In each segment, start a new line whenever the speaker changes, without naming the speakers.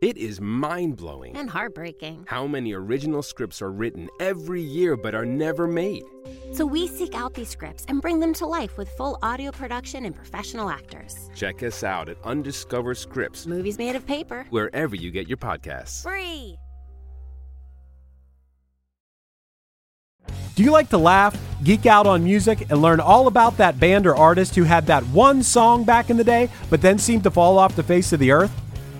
It is mind blowing
and heartbreaking.
how many original scripts are written every year but are never made.
So we seek out these scripts and bring them to life with full audio production and professional actors.
Check us out at Undiscover Scripts,
Movies made of paper.
wherever you get your podcasts.
Free.
Do you like to laugh, geek out on music, and learn all about that band or artist who had that one song back in the day, but then seemed to fall off the face of the earth?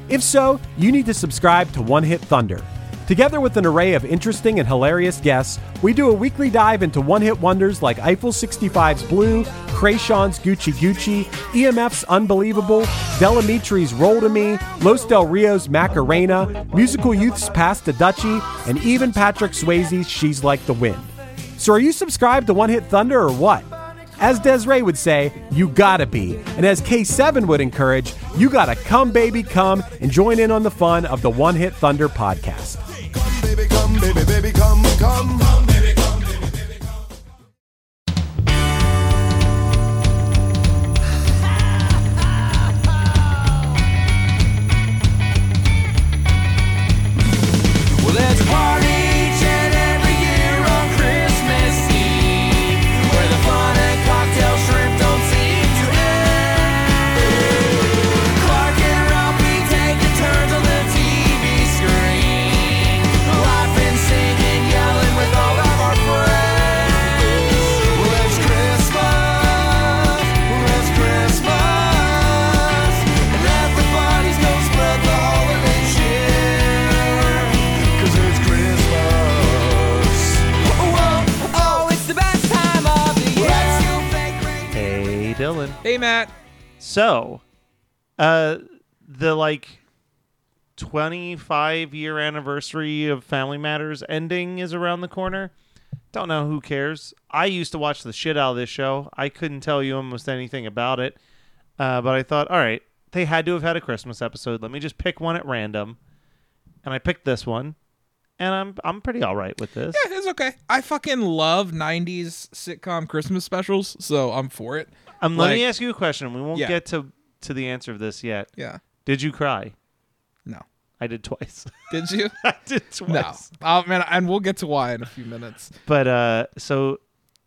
If so, you need to subscribe to One Hit Thunder. Together with an array of interesting and hilarious guests, we do a weekly dive into one hit wonders like Eiffel 65's Blue, Krayshawn's Gucci Gucci, EMF's Unbelievable, Delamitri's Roll to Me, Los Del Rio's Macarena, Musical Youth's Past the Duchy, and even Patrick Swayze's She's Like the Wind. So are you subscribed to One Hit Thunder or what? As Desiree would say, you gotta be. And as K7 would encourage, you gotta come, baby, come and join in on the fun of the One Hit Thunder podcast.
Come, baby, come, baby, baby, come, come. Come, baby, come, baby, baby, come. Well, there's a party each and every year on Christmas Eve where the fun and cocktail shrimp don't seem to end. Clark and Ralphie taking turns on the TV screen, laughing, singing, yelling with all of our friends. Well, it's Christmas, well, it's Christmas, and everybody's gonna spread the holiday cheer. Cause it's Christmas. Whoa, oh, it's the best time of the year.
Hey, Dylan.
Hey, Matt.
So, uh, the like 25 year anniversary of Family Matters ending is around the corner. Don't know who cares. I used to watch the shit out of this show. I couldn't tell you almost anything about it. Uh, but I thought, all right, they had to have had a Christmas episode. Let me just pick one at random. And I picked this one. And I'm I'm pretty all right with this.
Yeah, Eh, it's okay. I fucking love 90s sitcom Christmas specials, so I'm for it.
Um, let me
Like-
ask you a question. We won't
Yeah.
get to to the answer of this yet.
Yeah.
Did you cry?
No.
I did twice.
Did you?
I did
no.
twice.
Oh, man. And we'll get to why in a few minutes.
But uh, so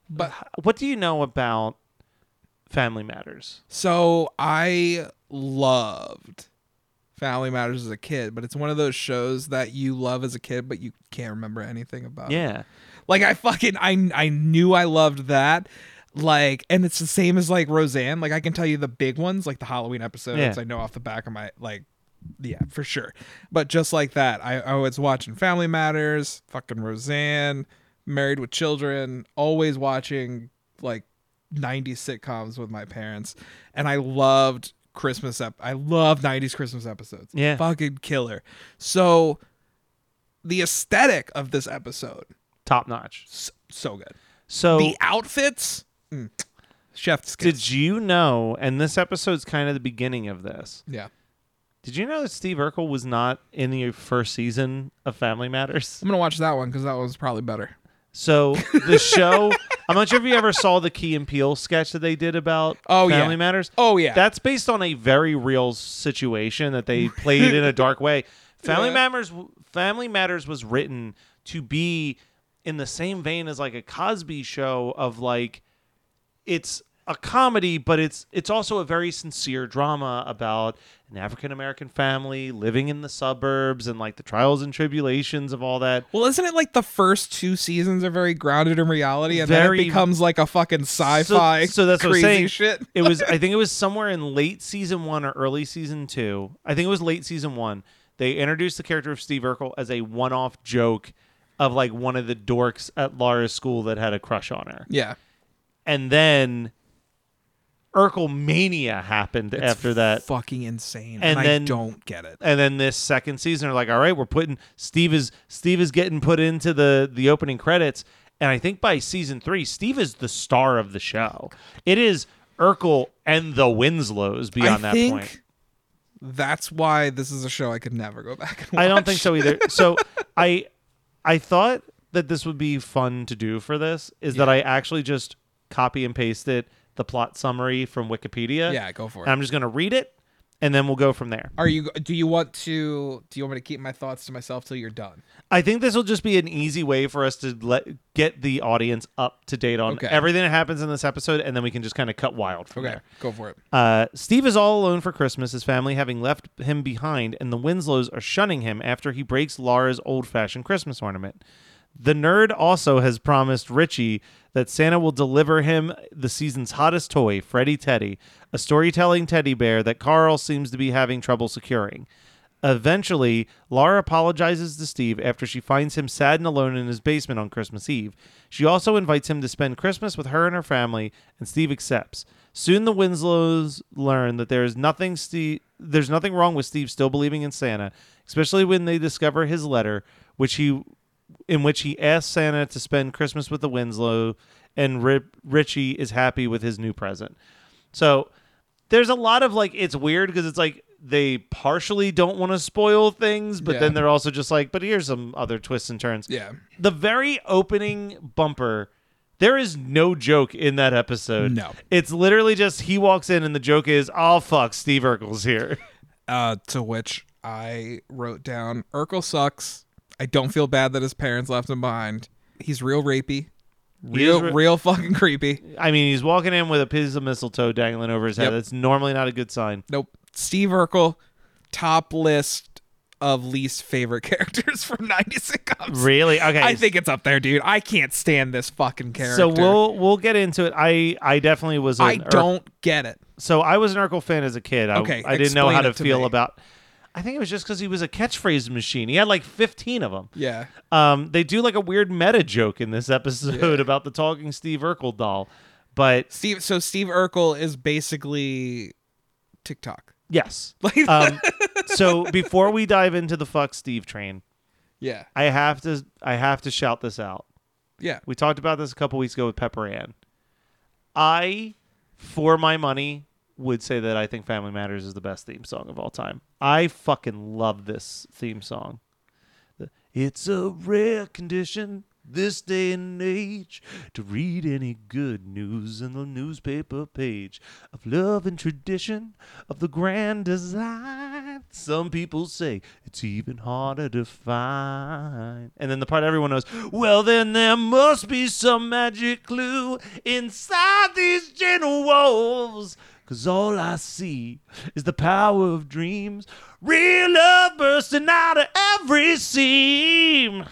But
what do you know about Family Matters?
So I loved Family Matters as a kid, but it's one of those shows that you love as a kid, but you can't remember anything about.
Yeah.
Like I fucking I I knew I loved that. Like and it's the same as like Roseanne. Like I can tell you the big ones, like the Halloween episodes.
Yeah.
I know off the back of my like, yeah, for sure. But just like that, I, I was watching Family Matters, fucking Roseanne, Married with Children, always watching like 90s sitcoms with my parents, and I loved Christmas ep. I love 90s Christmas episodes.
Yeah.
fucking killer. So. The aesthetic of this episode
Top notch.
so, so good.
So
the outfits, mm. chef's kiss.
did you know? And this episode's kind of the beginning of this.
yeah,
Did you know that Steve Urkel was not in the first season of Family Matters?
I'm gonna watch that one because that one's probably better.
So the show. I'm not sure if you ever saw the Key and Peele sketch that they did about
Oh, yeah.
Family Matters.
Oh, yeah.
that's based on a very real situation that they played in a dark way. Family
Yeah.
Matters, Family Matters was written to be in the same vein as like a Cosby show of like it's a comedy, but it's it's also a very sincere drama about an African American family living in the suburbs and like the trials and tribulations of all that.
Well, isn't it like the first two seasons are very grounded in reality, and then
Very-
it becomes like a fucking sci-fi.
So, so that's
crazy
what I'm saying.
Shit.
it was. I think it was somewhere in late season one or early season two. I think it was late season one. They introduced the character of Steve Urkel as a one-off joke of like one of the dorks at Lara's school that had a crush on her,
Yeah,
and then Urkel mania happened after that.
fucking insane.
And
And,
then-
I don't get it.
and then this second season are like all right we're putting steve is steve is getting put into the the opening credits and i think by season three steve is the star of the show it is urkel and the winslows beyond
I
that
think
point
that's why this is a show I could never go back and watch.
i don't think so either so i i thought that this would be fun to do for this is that i actually just copy and pasted the plot summary from wikipedia
Yeah, go for
and
it.
i'm just going to read it and then we'll go from there.
Are you? Do you want to? Do you want me to keep my thoughts to myself till you're done?
I think this will just be an easy way for us to let get the audience up to date on
Okay.
everything that happens in this episode, and then we can just kind of cut wild from
Okay,
there.
go for it.
Uh, Steve is all alone for Christmas, his family having left him behind, and the Winslows are shunning him after he breaks Lara's old fashioned Christmas ornament. The nerd also has promised Richie that Santa will deliver him the season's hottest toy, Freddy Teddy, a storytelling teddy bear that Carl seems to be having trouble securing. Eventually, Lara apologizes to Steve after she finds him sad and alone in his basement on Christmas Eve. She also invites him to spend Christmas with her and her family, and Steve accepts. Soon the Winslows learn that there is nothing Steve, there's nothing wrong with Steve still believing in Santa, especially when they discover his letter, which he in which he asks Santa to spend Christmas with the Winslow and Ri- Richie is happy with his new present. So there's a lot of like it's weird because it's like they partially don't want to spoil things, but
Yeah.
then they're also just like, but here's some other twists and turns.
Yeah.
The very opening bumper, there is no joke in that episode.
No.
It's literally just he walks in and the joke is, oh fuck, Steve Urkel's here.
Uh, to which I wrote down: Urkel sucks. I don't feel bad that his parents left him behind. He's real rapey, real,
re-
real fucking creepy.
I mean, he's walking in with a piece of mistletoe dangling over his head.
Yep.
That's normally not a good sign.
Nope. Steve Urkel, top list of least favorite characters from '90s sitcoms.
Really? Okay.
I think it's up there, dude. I can't stand this fucking character.
So we'll we'll get into it. I I definitely was. An
I
Ur-
don't get it.
So I was an Urkel fan as a kid. I,
Okay,
I didn't know how
explain
to,
it to
feel
me.
about. I think it was just because he was a catchphrase machine. He had like fifteen of them.
Yeah.
Um, they do like a weird meta joke in this episode about the talking Steve Urkel doll, but
Steve. So Steve Urkel is basically TikTok.
yes.
Like-
Um, so before we dive into the fuck Steve train,
Yeah.
I have to I have to shout this out.
Yeah.
We talked about this a couple weeks ago with Pepper Ann. I, for my money, would say that I think Family Matters is the best theme song of all time. I fucking love this theme song. The- It's a rare condition this day and age to read any good news in the newspaper page of love and tradition of the grand design. Some people say it's even harder to find. And then the part everyone knows well, then there must be some magic clue inside these gentle walls. Cause all I see is the power of dreams. Real love bursting out of every seam.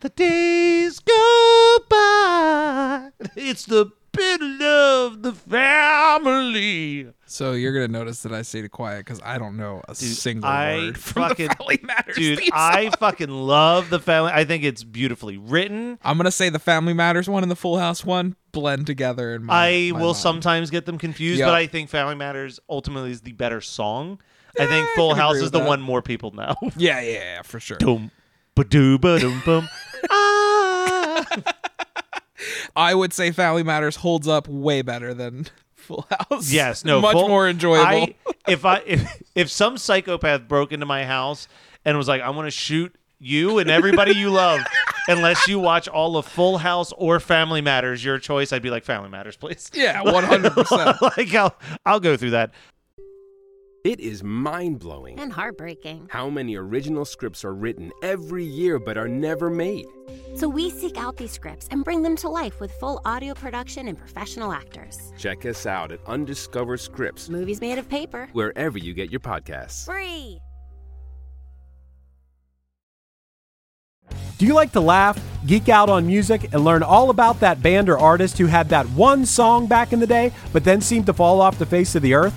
The days go by. It's the bitter of the family.
So you're gonna notice that I stayed quiet because I don't know a single
I
word from
fucking-
the Family Matters
Dude,
theme song.
I fucking love the family. I think it's beautifully written.
I'm gonna say the Family Matters one and the Full House one blend together. In my,
I
my
will
mind.
sometimes get them confused,
Yeah.
but I think Family Matters ultimately is the better song. I think
I
Full
can
House
agree
is
with
the
that.
one more people know.
Yeah, yeah, yeah, for sure.
Boom, ba-doo, ba-dum, bum. Ah.
I would say Family Matters holds up way better than Full House.
Yes, no,
much
full-
more enjoyable.
I, if I if, if some psychopath broke into my house and was like, "I'm going to shoot you and everybody you love," unless you watch all of Full House or Family Matters, your choice, I'd be like, "Family Matters, please."
yeah, 100. percent
like I'll I'll go through that.
It is mind blowing
and heartbreaking.
how many original scripts are written every year but are never made.
So we seek out these scripts and bring them to life with full audio production and professional actors.
Check us out at Undiscover Scripts,
Movies made of paper.
wherever you get your podcasts.
Free.
Do you like to laugh, geek out on music, and learn all about that band or artist who had that one song back in the day, but then seemed to fall off the face of the earth?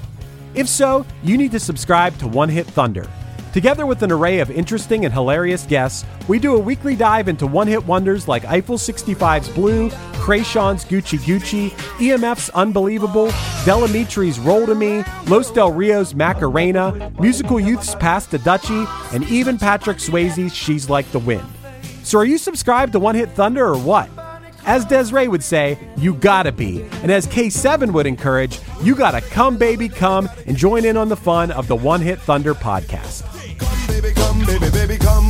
If so, you need to subscribe to One Hit Thunder. Together with an array of interesting and hilarious guests, we do a weekly dive into one hit wonders like Eiffel 65's Blue, Krayshawn's Gucci Gucci, EMF's Unbelievable, Delamitri's Roll to Me, Los Del Rio's Macarena, Musical Youth's Pass to Dutchie, and even Patrick Swayze's She's Like the Wind. So are you subscribed to One Hit Thunder or what? As Desiree would say, you gotta be. And as K7 would encourage, you gotta come, baby, come and join in on the fun of the One Hit Thunder podcast.
Come, baby, come, baby, baby, come,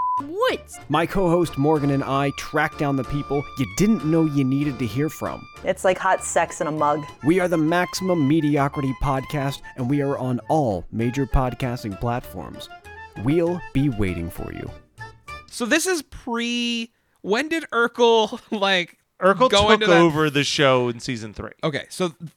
woods?
My co host Morgan and I track down the people you didn't know you needed to hear from.
It's like hot sex in a mug.
We are the Maximum Mediocrity Podcast, and we are on all major podcasting platforms. We'll be waiting for you.
So this is pre. When did Urkel like
Urkel
go
took
into that-
over the show in season three.
Okay, so th-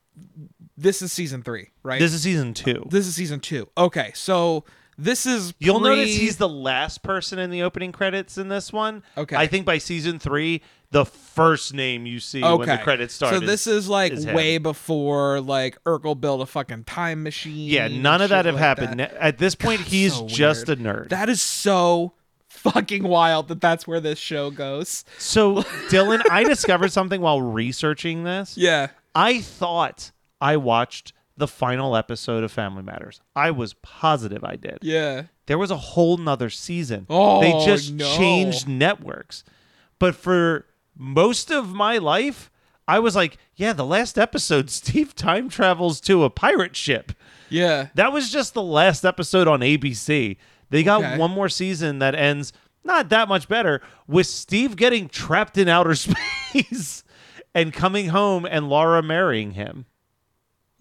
this is season three, right? Uh,
This is season two.
this is season two. Okay, so this is
You'll
pre-
notice he's the last person in the opening credits in this one.
Okay.
I think by season three, the first name you see when the credits start.
So this is like
him.
way before like Urkel built a fucking time machine.
Yeah,
and
none of that
shit
have
like
happened.
that.
Ne- At this point,
God,
he's
so
just
weird.
a nerd.
That is so fucking wild that that's where this show goes.
so, Dylan, I discovered something while researching this.
Yeah.
I thought I watched the final episode of Family Matters. I was positive I did.
Yeah.
There was a whole nother season.
Oh,
they just
no.
changed networks. But for most of my life, I was like, yeah, the last episode, Steve time travels to a pirate ship.
Yeah.
That was just the last episode on ABC. They got
Okay.
one more season that ends not that much better with Steve getting trapped in outer space and coming home and Laura marrying him.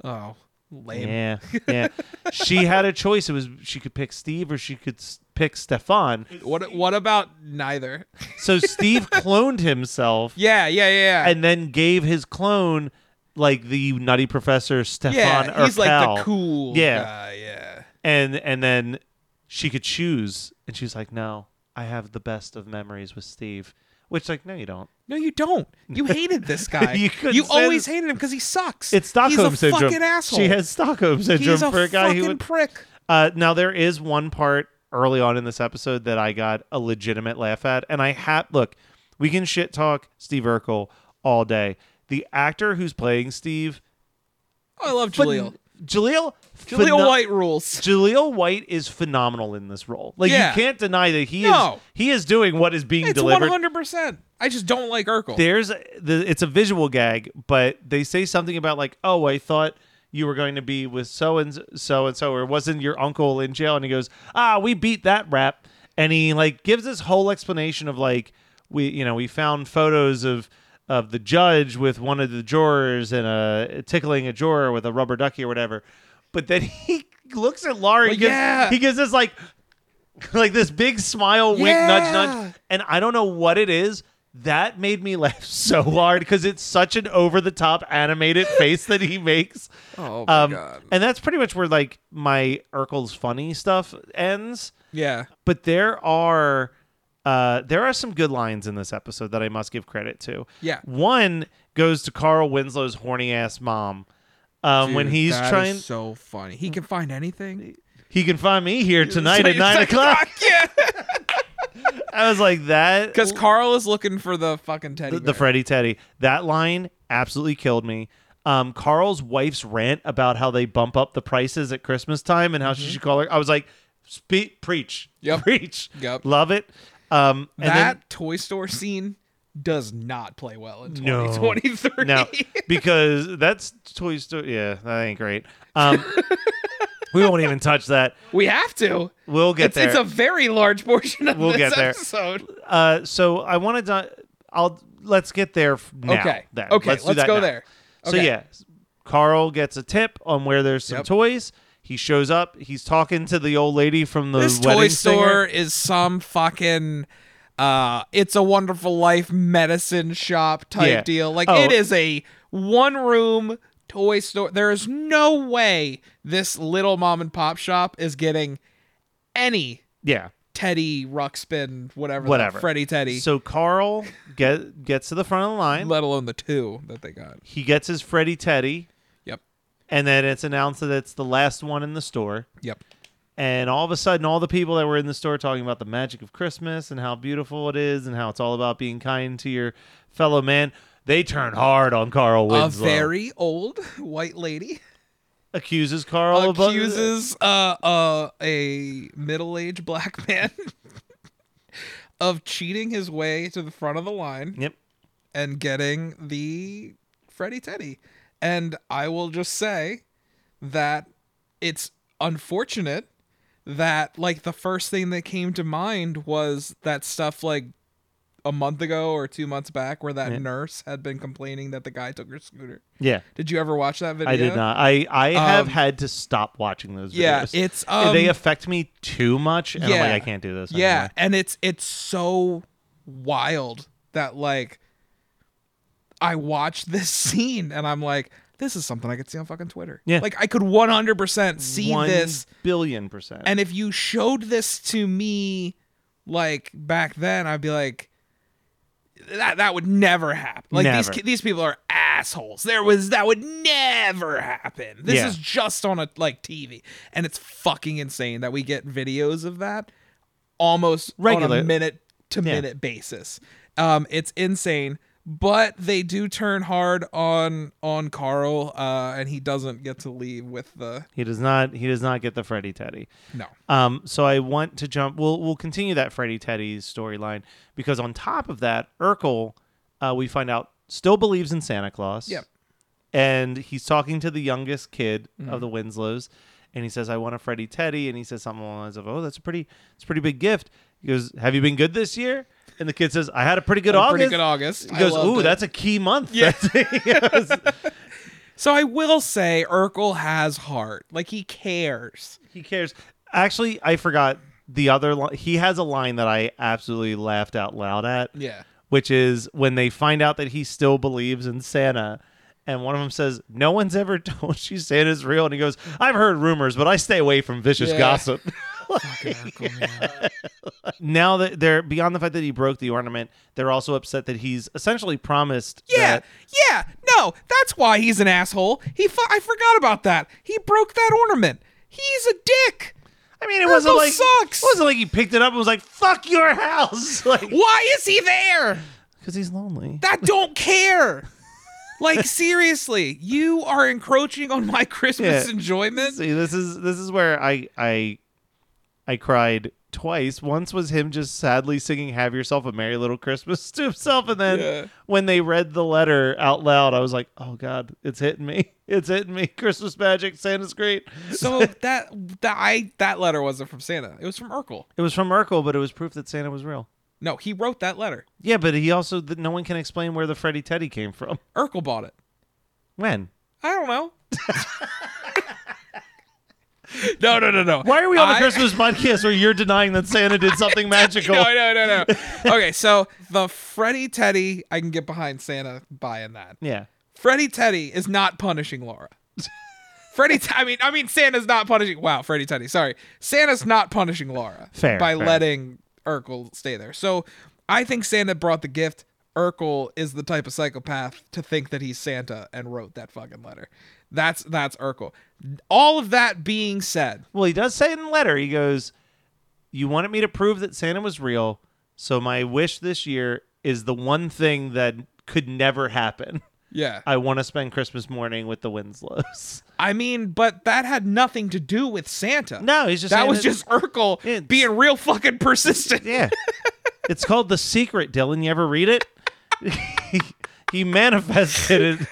Oh, lame.
Yeah, yeah. she had a choice. It was she could pick Steve or she could s- pick Stefan.
What what about neither?
So Steve cloned himself
Yeah, yeah, yeah.
and then gave his clone like the nutty professor Stefan
yeah, he's like the
Urkel.
cool
Yeah.
guy, yeah.
and and then she could choose and she was like no i have the best of memories with steve which like no you don't
No, you don't. You hated this guy.
You
you
couldn't say
always
this.
hated him because he sucks.
it's stockholm
he's a
syndrome
Fucking asshole.
she has stockholm syndrome
He's a
for a guy
fucking
who would,
prick.
uh, now there is one part early on in this episode that i got a legitimate laugh at and i had look we can shit talk steve urkel all day the actor who's playing steve
I love Jaleel.
jaleel
Jaleel
pheno-
White rules.
Jaleel White is phenomenal in this role. Like
Yeah.
you can't deny that he
No.
is he is doing what is being
It's one
delivered.
hundred percent. I just don't like Urkel.
There's the, it's a visual gag, but they say something about like, "Oh, I thought you were going to be with so and so and so, or wasn't your uncle in jail?" And he goes, "Ah, we beat that rap," and he like gives this whole explanation of like we you know we found photos of of the judge with one of the jurors and a tickling a juror with a rubber ducky or whatever, but then he looks at Laurie.
Well,
he gives,
yeah.
he gives this like like this big smile, wink, nudge, nudge. And I don't know what it is. That made me laugh so hard because it's such an over the top animated face that he makes.
oh my
Um,
god.
and that's pretty much where like my Urkel's funny stuff ends.
Yeah.
But there are uh, there are some good lines in this episode that I must give credit to.
Yeah.
One goes to Carl Winslow's horny ass mom. Um, when
Dude,
he's
that is
trying,
so funny. He can find anything
he can find me here tonight at
It's
nine
like,
o'clock.
fuck, Yeah.
I was like that
Because Carl is looking for the fucking teddy.
the, the
bear.
Freddy Teddy. That line absolutely killed me. Um, Carl's wife's rant about how they bump up the prices at Christmas time and how she should call her. I was like, speak, preach,
Mm-hmm. Yep.
preach,
Yep.
love it. Um, and
that Toy Store scene does not play well in
No.
2023.
then, no, because that's Toy Story. Yeah, that ain't great. Um, we won't even touch that.
we have to.
We'll get
it's,
there.
it's a very large portion of
We'll
this
get there.
episode.
uh, so I wanted to. I'll let's get there f- now.
okay.
then.
Okay.
let's,
Let's,
do that
go
now.
there.
So
Okay.
yeah, Carl gets a tip on where there's some
Yep.
toys. He shows up. He's talking to the old lady from the
this
wedding
toy
singer.
store is some fucking uh it's a wonderful life medicine shop type
Yeah.
deal like
Oh.
it is a one room toy store there is no way this little mom and pop shop is getting any
Yeah.
teddy ruxpin whatever the-
Whatever.
freddy teddy
So Carl get gets to the front of the line.
let alone the two that they got
He gets his Freddy Teddy,
yep
and then it's announced that it's the last one in the store.
yep
And all of a sudden, all the people that were in the store talking about the magic of Christmas and how beautiful it is and how it's all about being kind to your fellow man. They turn hard on Carl
A
Winslow.
very old white lady
accuses Carl of-
accuses uh, uh, a middle-aged black man of cheating his way to the front of the line.
Yep.
And getting the Freddy Teddy. And I will just say that it's unfortunate that like the first thing that came to mind was that stuff like a month ago or two months back where that
Yeah.
nurse had been complaining that the guy took her scooter.
Yeah.
Did you ever watch that video?
I did not. I I have
Um,
had to stop watching those.
yeah,
videos.
it's,
they
um,
affect me too much, and I'm like, I can't do this.
Yeah,
anymore.
and it's it's so wild that like I watched this scene and I'm like, this is something I could see on fucking Twitter.
Yeah.
like I could 100 percent see
One
this.
billion percent.
And if you showed this to me, like back then, I'd be like, that that would never happen. Like these
Never.
ki- these people are assholes. There was that would never happen. This
Yeah.
is just on a like TV, and it's fucking insane that we get videos of that almost on
Regular-
a minute to minute basis. Um, it's insane. But they do turn hard on on Carl, uh, and he doesn't get to leave with the
He does not. He does not get the Freddy Teddy.
No.
Um. So I want to jump. We'll we'll continue that Freddy Teddy's storyline because on top of that, Urkel, uh, we find out still believes in Santa Claus.
Yep.
And he's talking to the youngest kid of
Mhm.
the Winslows, and he says, "I want a Freddy Teddy," and he says something along the lines of, "Oh, that's a pretty, it's a pretty big gift." He goes, "Have you been good this year?" And the kid says, "I had a pretty good
Had a
August."
pretty good August.
He
I
goes,
loved
"Ooh,
it."
that's a key month."
Yeah.
Yes.
so I will say Urkel has heart. Like he cares.
He cares. Actually, I forgot the other line. He has a line that I absolutely laughed out loud at.
Yeah.
Which is when they find out that he still believes in Santa. And one of them says, No one's ever told you Santa's real. And he goes, I've heard rumors, but I stay away from vicious
Yeah.
gossip. now that they're beyond the fact that he broke the ornament, they're also upset that he's essentially promised.
Yeah,
that-
yeah. No, that's why he's an asshole. He, fu- I forgot about that. He broke that ornament. He's a dick.
I mean, it wasn't
Urkel
like
sucks.
It wasn't like he picked it up and was like, "Fuck your house." Like,
why is he there?
Because he's lonely.
That don't care. like seriously, you are encroaching on my Christmas
Yeah.
enjoyment.
See, this is this is where I I I cried twice. Once was him just sadly singing "Have Yourself a Merry Little Christmas" to himself, and then
Yeah.
when they read the letter out loud, I was like, "Oh God, it's hitting me! It's hitting me! Christmas magic, Santa's great."
So that that I that letter wasn't from Santa. It was from Urkel.
It was from Urkel, but it was proof that Santa was real.
No, he wrote that letter.
Yeah, but he also that no one can explain where the Freddy Teddy came from.
Urkel bought it.
When?
I don't know. no, no, no, no.
Why are we on a
I-
Christmas podcast where you're denying that Santa did something magical?
No, no, no, no. okay, so the Freddy Teddy, I can get behind Santa buying that.
Yeah.
Freddy Teddy is not punishing Laura. Freddy, Te- I mean, I mean, Santa's not punishing. Wow, Freddy Teddy. Sorry, Santa's not punishing Laura
Fair,
by
fair.
letting Urkel stay there. So, I think Santa brought the gift. Urkel is the type of psychopath to think that he's Santa and wrote that fucking letter. That's that's Urkel. All of that being said,
Well, he does say it in the letter. He goes, "You wanted me to prove that Santa was real, so my wish this year is the one thing that could never happen.
yeah,
I want to spend Christmas morning with the Winslows."
I mean, but that had nothing to do with Santa.
No, he's just
that
saying
was
that-
just Urkel
Yeah, it's-
being real fucking persistent.
Yeah, it's called the Secret, Dylan. You ever read it? he, he manifested it.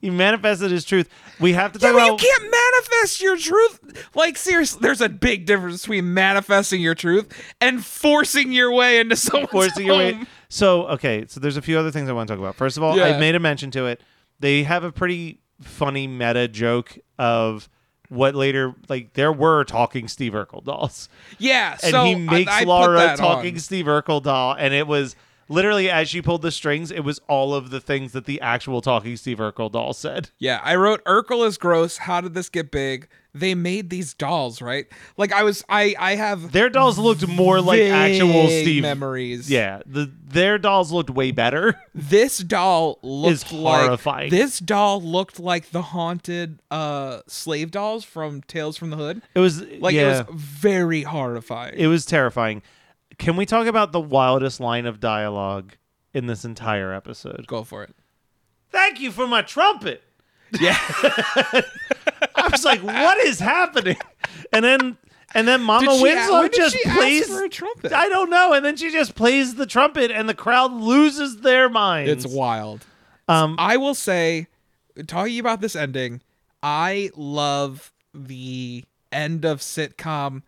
He manifested his truth. We have to
Yeah,
talk
but you
about.
can't manifest your truth. Like seriously, there's a big difference between manifesting your truth and forcing your way into someone's
forcing your way.
home.
So okay, so there's a few other things I want to talk about. First of all, I
Yeah.
made a mention to it. They have a pretty funny meta joke of what later like there were talking Steve Urkel dolls,
Yeah,
and
so
he
I-
makes
I put
Laura
that
talking
on.
Steve Urkel doll, and it was literally as she pulled the strings, it was all of the things that the actual talking Steve Urkel doll said.
Yeah, I wrote Urkel is gross. How did this get big? They made these dolls, right? Like I was, I I have
Their dolls looked more like actual
vague
Steve.
memories.
Yeah, the their dolls looked way better.
this doll looked
horrifying.
like this doll looked like the haunted uh slave dolls from Tales from the Hood.
It was
Like
yeah.
it was very horrifying.
It was terrifying. Can we talk about the wildest line of dialogue in this entire episode?
Go for it.
Thank you for my trumpet.
Yeah.
I was like, what is happening? And then and then Mama
Did she a-
Winslow
when did
just
she ask
plays
for a trumpet?
I don't know. And then she just plays the trumpet and the crowd loses their minds.
It's wild.
Um,
I will say, talking about this ending, I love the end of sitcom.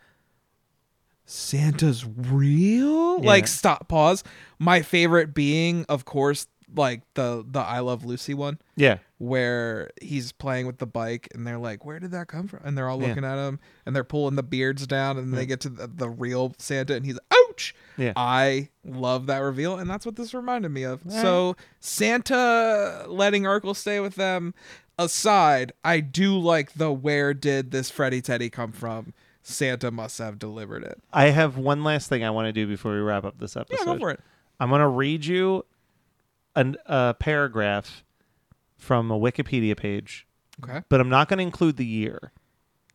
Santa's real?
Yeah.
Like stop pause. My favorite being, of course, like the the I Love Lucy one.
Yeah.
Where he's playing with the bike and they're like, Where did that come from? And they're all
Yeah.
looking at him and they're pulling the beards down and they get to the, the real Santa and he's ouch.
Yeah.
I love that reveal, and that's what this reminded me of. So Santa letting Urkel stay with them aside, I do like the where did this Freddy Teddy come from? Santa must have delivered it.
I have one last thing I want to do before we wrap up this episode.
Yeah, go for it.
I'm going to read you an, a paragraph from a Wikipedia page,
Okay.
but I'm not going to include the year.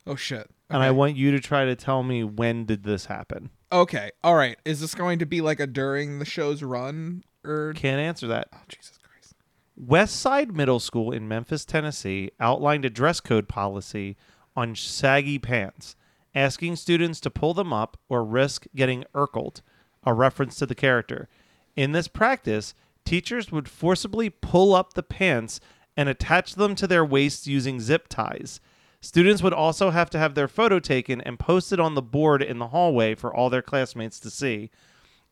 Oh shit.
And I want you to try to tell me when did this happen.
Okay. All right. Is this going to be like a during the show's run or
Can't answer that.
Oh Jesus Christ.
West Side Middle School in Memphis, Tennessee outlined a dress code policy on saggy pants, asking students to pull them up or risk getting Urkeled, a reference to the character. In this practice, teachers would forcibly pull up the pants and attach them to their waists using zip ties. Students would also have to have their photo taken and posted on the board in the hallway for all their classmates to see.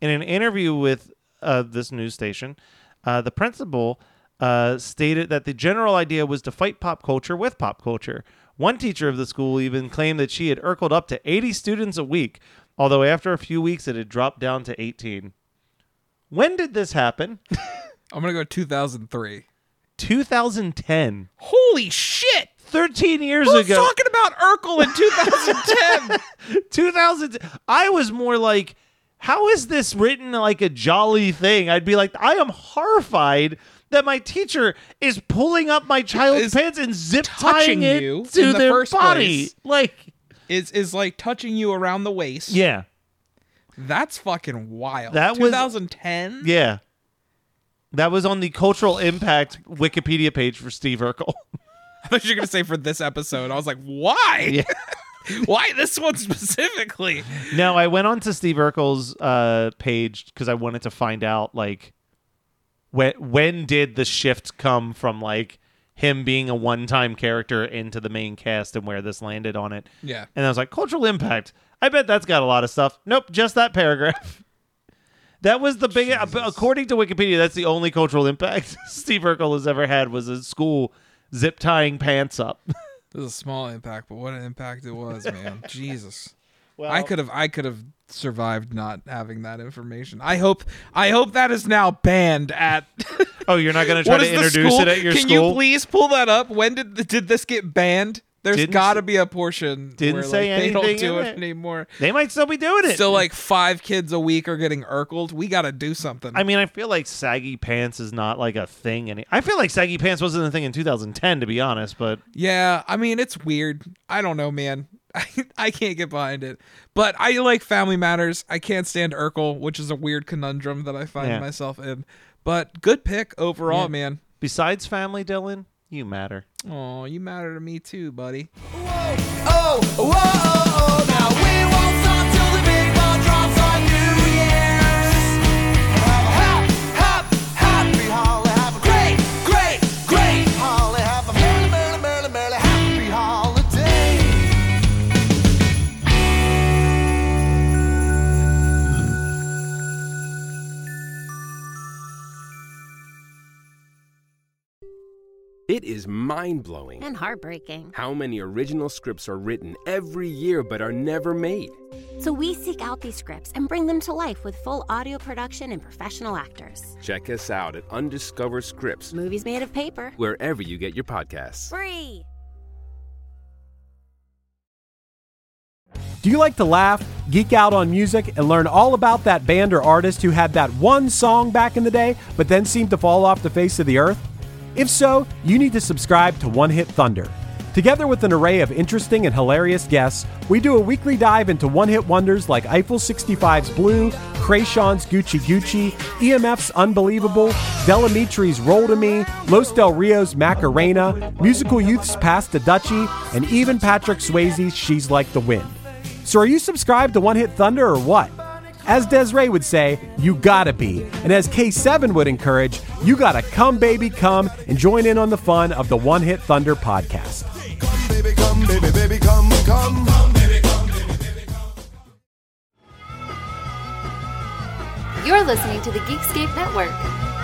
In an interview with uh, this news station, uh, the principal uh, stated that the general idea was to fight pop culture with pop culture. One teacher of the school even claimed that she had Urkeled up to 80 students a week, although after a few weeks it had dropped down to 18. When did this happen?
I'm gonna go 2003.
2010.
Holy shit!
13 years
Who's
ago.
talking about Urkel in 2010?
2000 I was more like how is this written like a jolly thing? I'd be like I am horrified that my teacher is pulling up my child's
Is
pants and zip tying
touching
it
you
to
in the
their
first
body.
place.
Like
is is like touching you around the waist.
yeah.
That's fucking wild.
That was-
2010?
Yeah. That was on the cultural impact Wikipedia page for Steve Urkel.
I thought you were gonna say for this episode. I was like, why? why this one specifically?
no, I went on to Steve Urkel's uh, page because I wanted to find out like when when did the shift come from like him being a one time character into the main cast and where this landed on it.
Yeah.
And I was like, cultural impact. I bet that's got a lot of stuff. Nope, just that paragraph. That was the big, uh, according to Wikipedia, that's the only cultural impact Steve Urkel has ever had was a school zip tying pants up.
This is a small impact, but what an impact it was, man. Jesus. I could have I could have survived not having that information. I hope I hope that is now banned at
Oh, you're not going to try
what
to
is the
introduce
school?
it at your
Can
school?
you please pull that up? When did did this get banned? There's
Didn't
got to
s-
be a portion
didn't
where
say
like, they don't
anything
do
in
it
it.
anymore.
They might still be doing it.
Still, like five kids a week are getting Urkeled. We got to do something.
I mean, I feel like saggy pants is not like a thing. Any, I feel like saggy pants wasn't a thing in 2010, to be honest. But
Yeah, I mean it's weird. I don't know, man. I, I can't get behind it. But I like Family Matters. I can't stand Urkel, which is a weird conundrum that I find
Yeah.
myself in. But good pick overall, man.
besides family, Dylan, you matter.
Oh, you matter to me too, buddy.
Oh, whoa, oh, oh, now we won't stop till the big ball drops on New Year's. Hop, hop, happy holly, have a great, great, great holly, have a merrily, merrily, merrily, merrily happy holiday.
It is mind blowing
And heartbreaking.
how many original scripts are written every year but are never made.
So we seek out these scripts and bring them to life with full audio production and professional actors.
Check us out at Undiscover Scripts,
Movies made of paper.
wherever you get your podcasts.
Free.
Do you like to laugh, geek out on music, and learn all about that band or artist who had that one song back in the day, but then seemed to fall off the face of the earth? If so, you need to subscribe to One Hit Thunder.
Together with an array of interesting and hilarious guests, we do a weekly dive into one hit wonders like Eiffel 65's Blue, Krayshawn's Gucci Gucci, EMF's Unbelievable, Delamitri's Roll to Me, Los Del Rio's Macarena, Musical Youth's Past the Duchy, and even Patrick Swayze's She's Like the Wind. So, are you subscribed to One Hit Thunder or what? As Desiree would say, you gotta be. And as K7 would encourage, you gotta come, baby, come and join in on the fun of the One Hit Thunder podcast.
Baby, baby, come, come, come, baby, come.
You're listening to the Geekscape Network.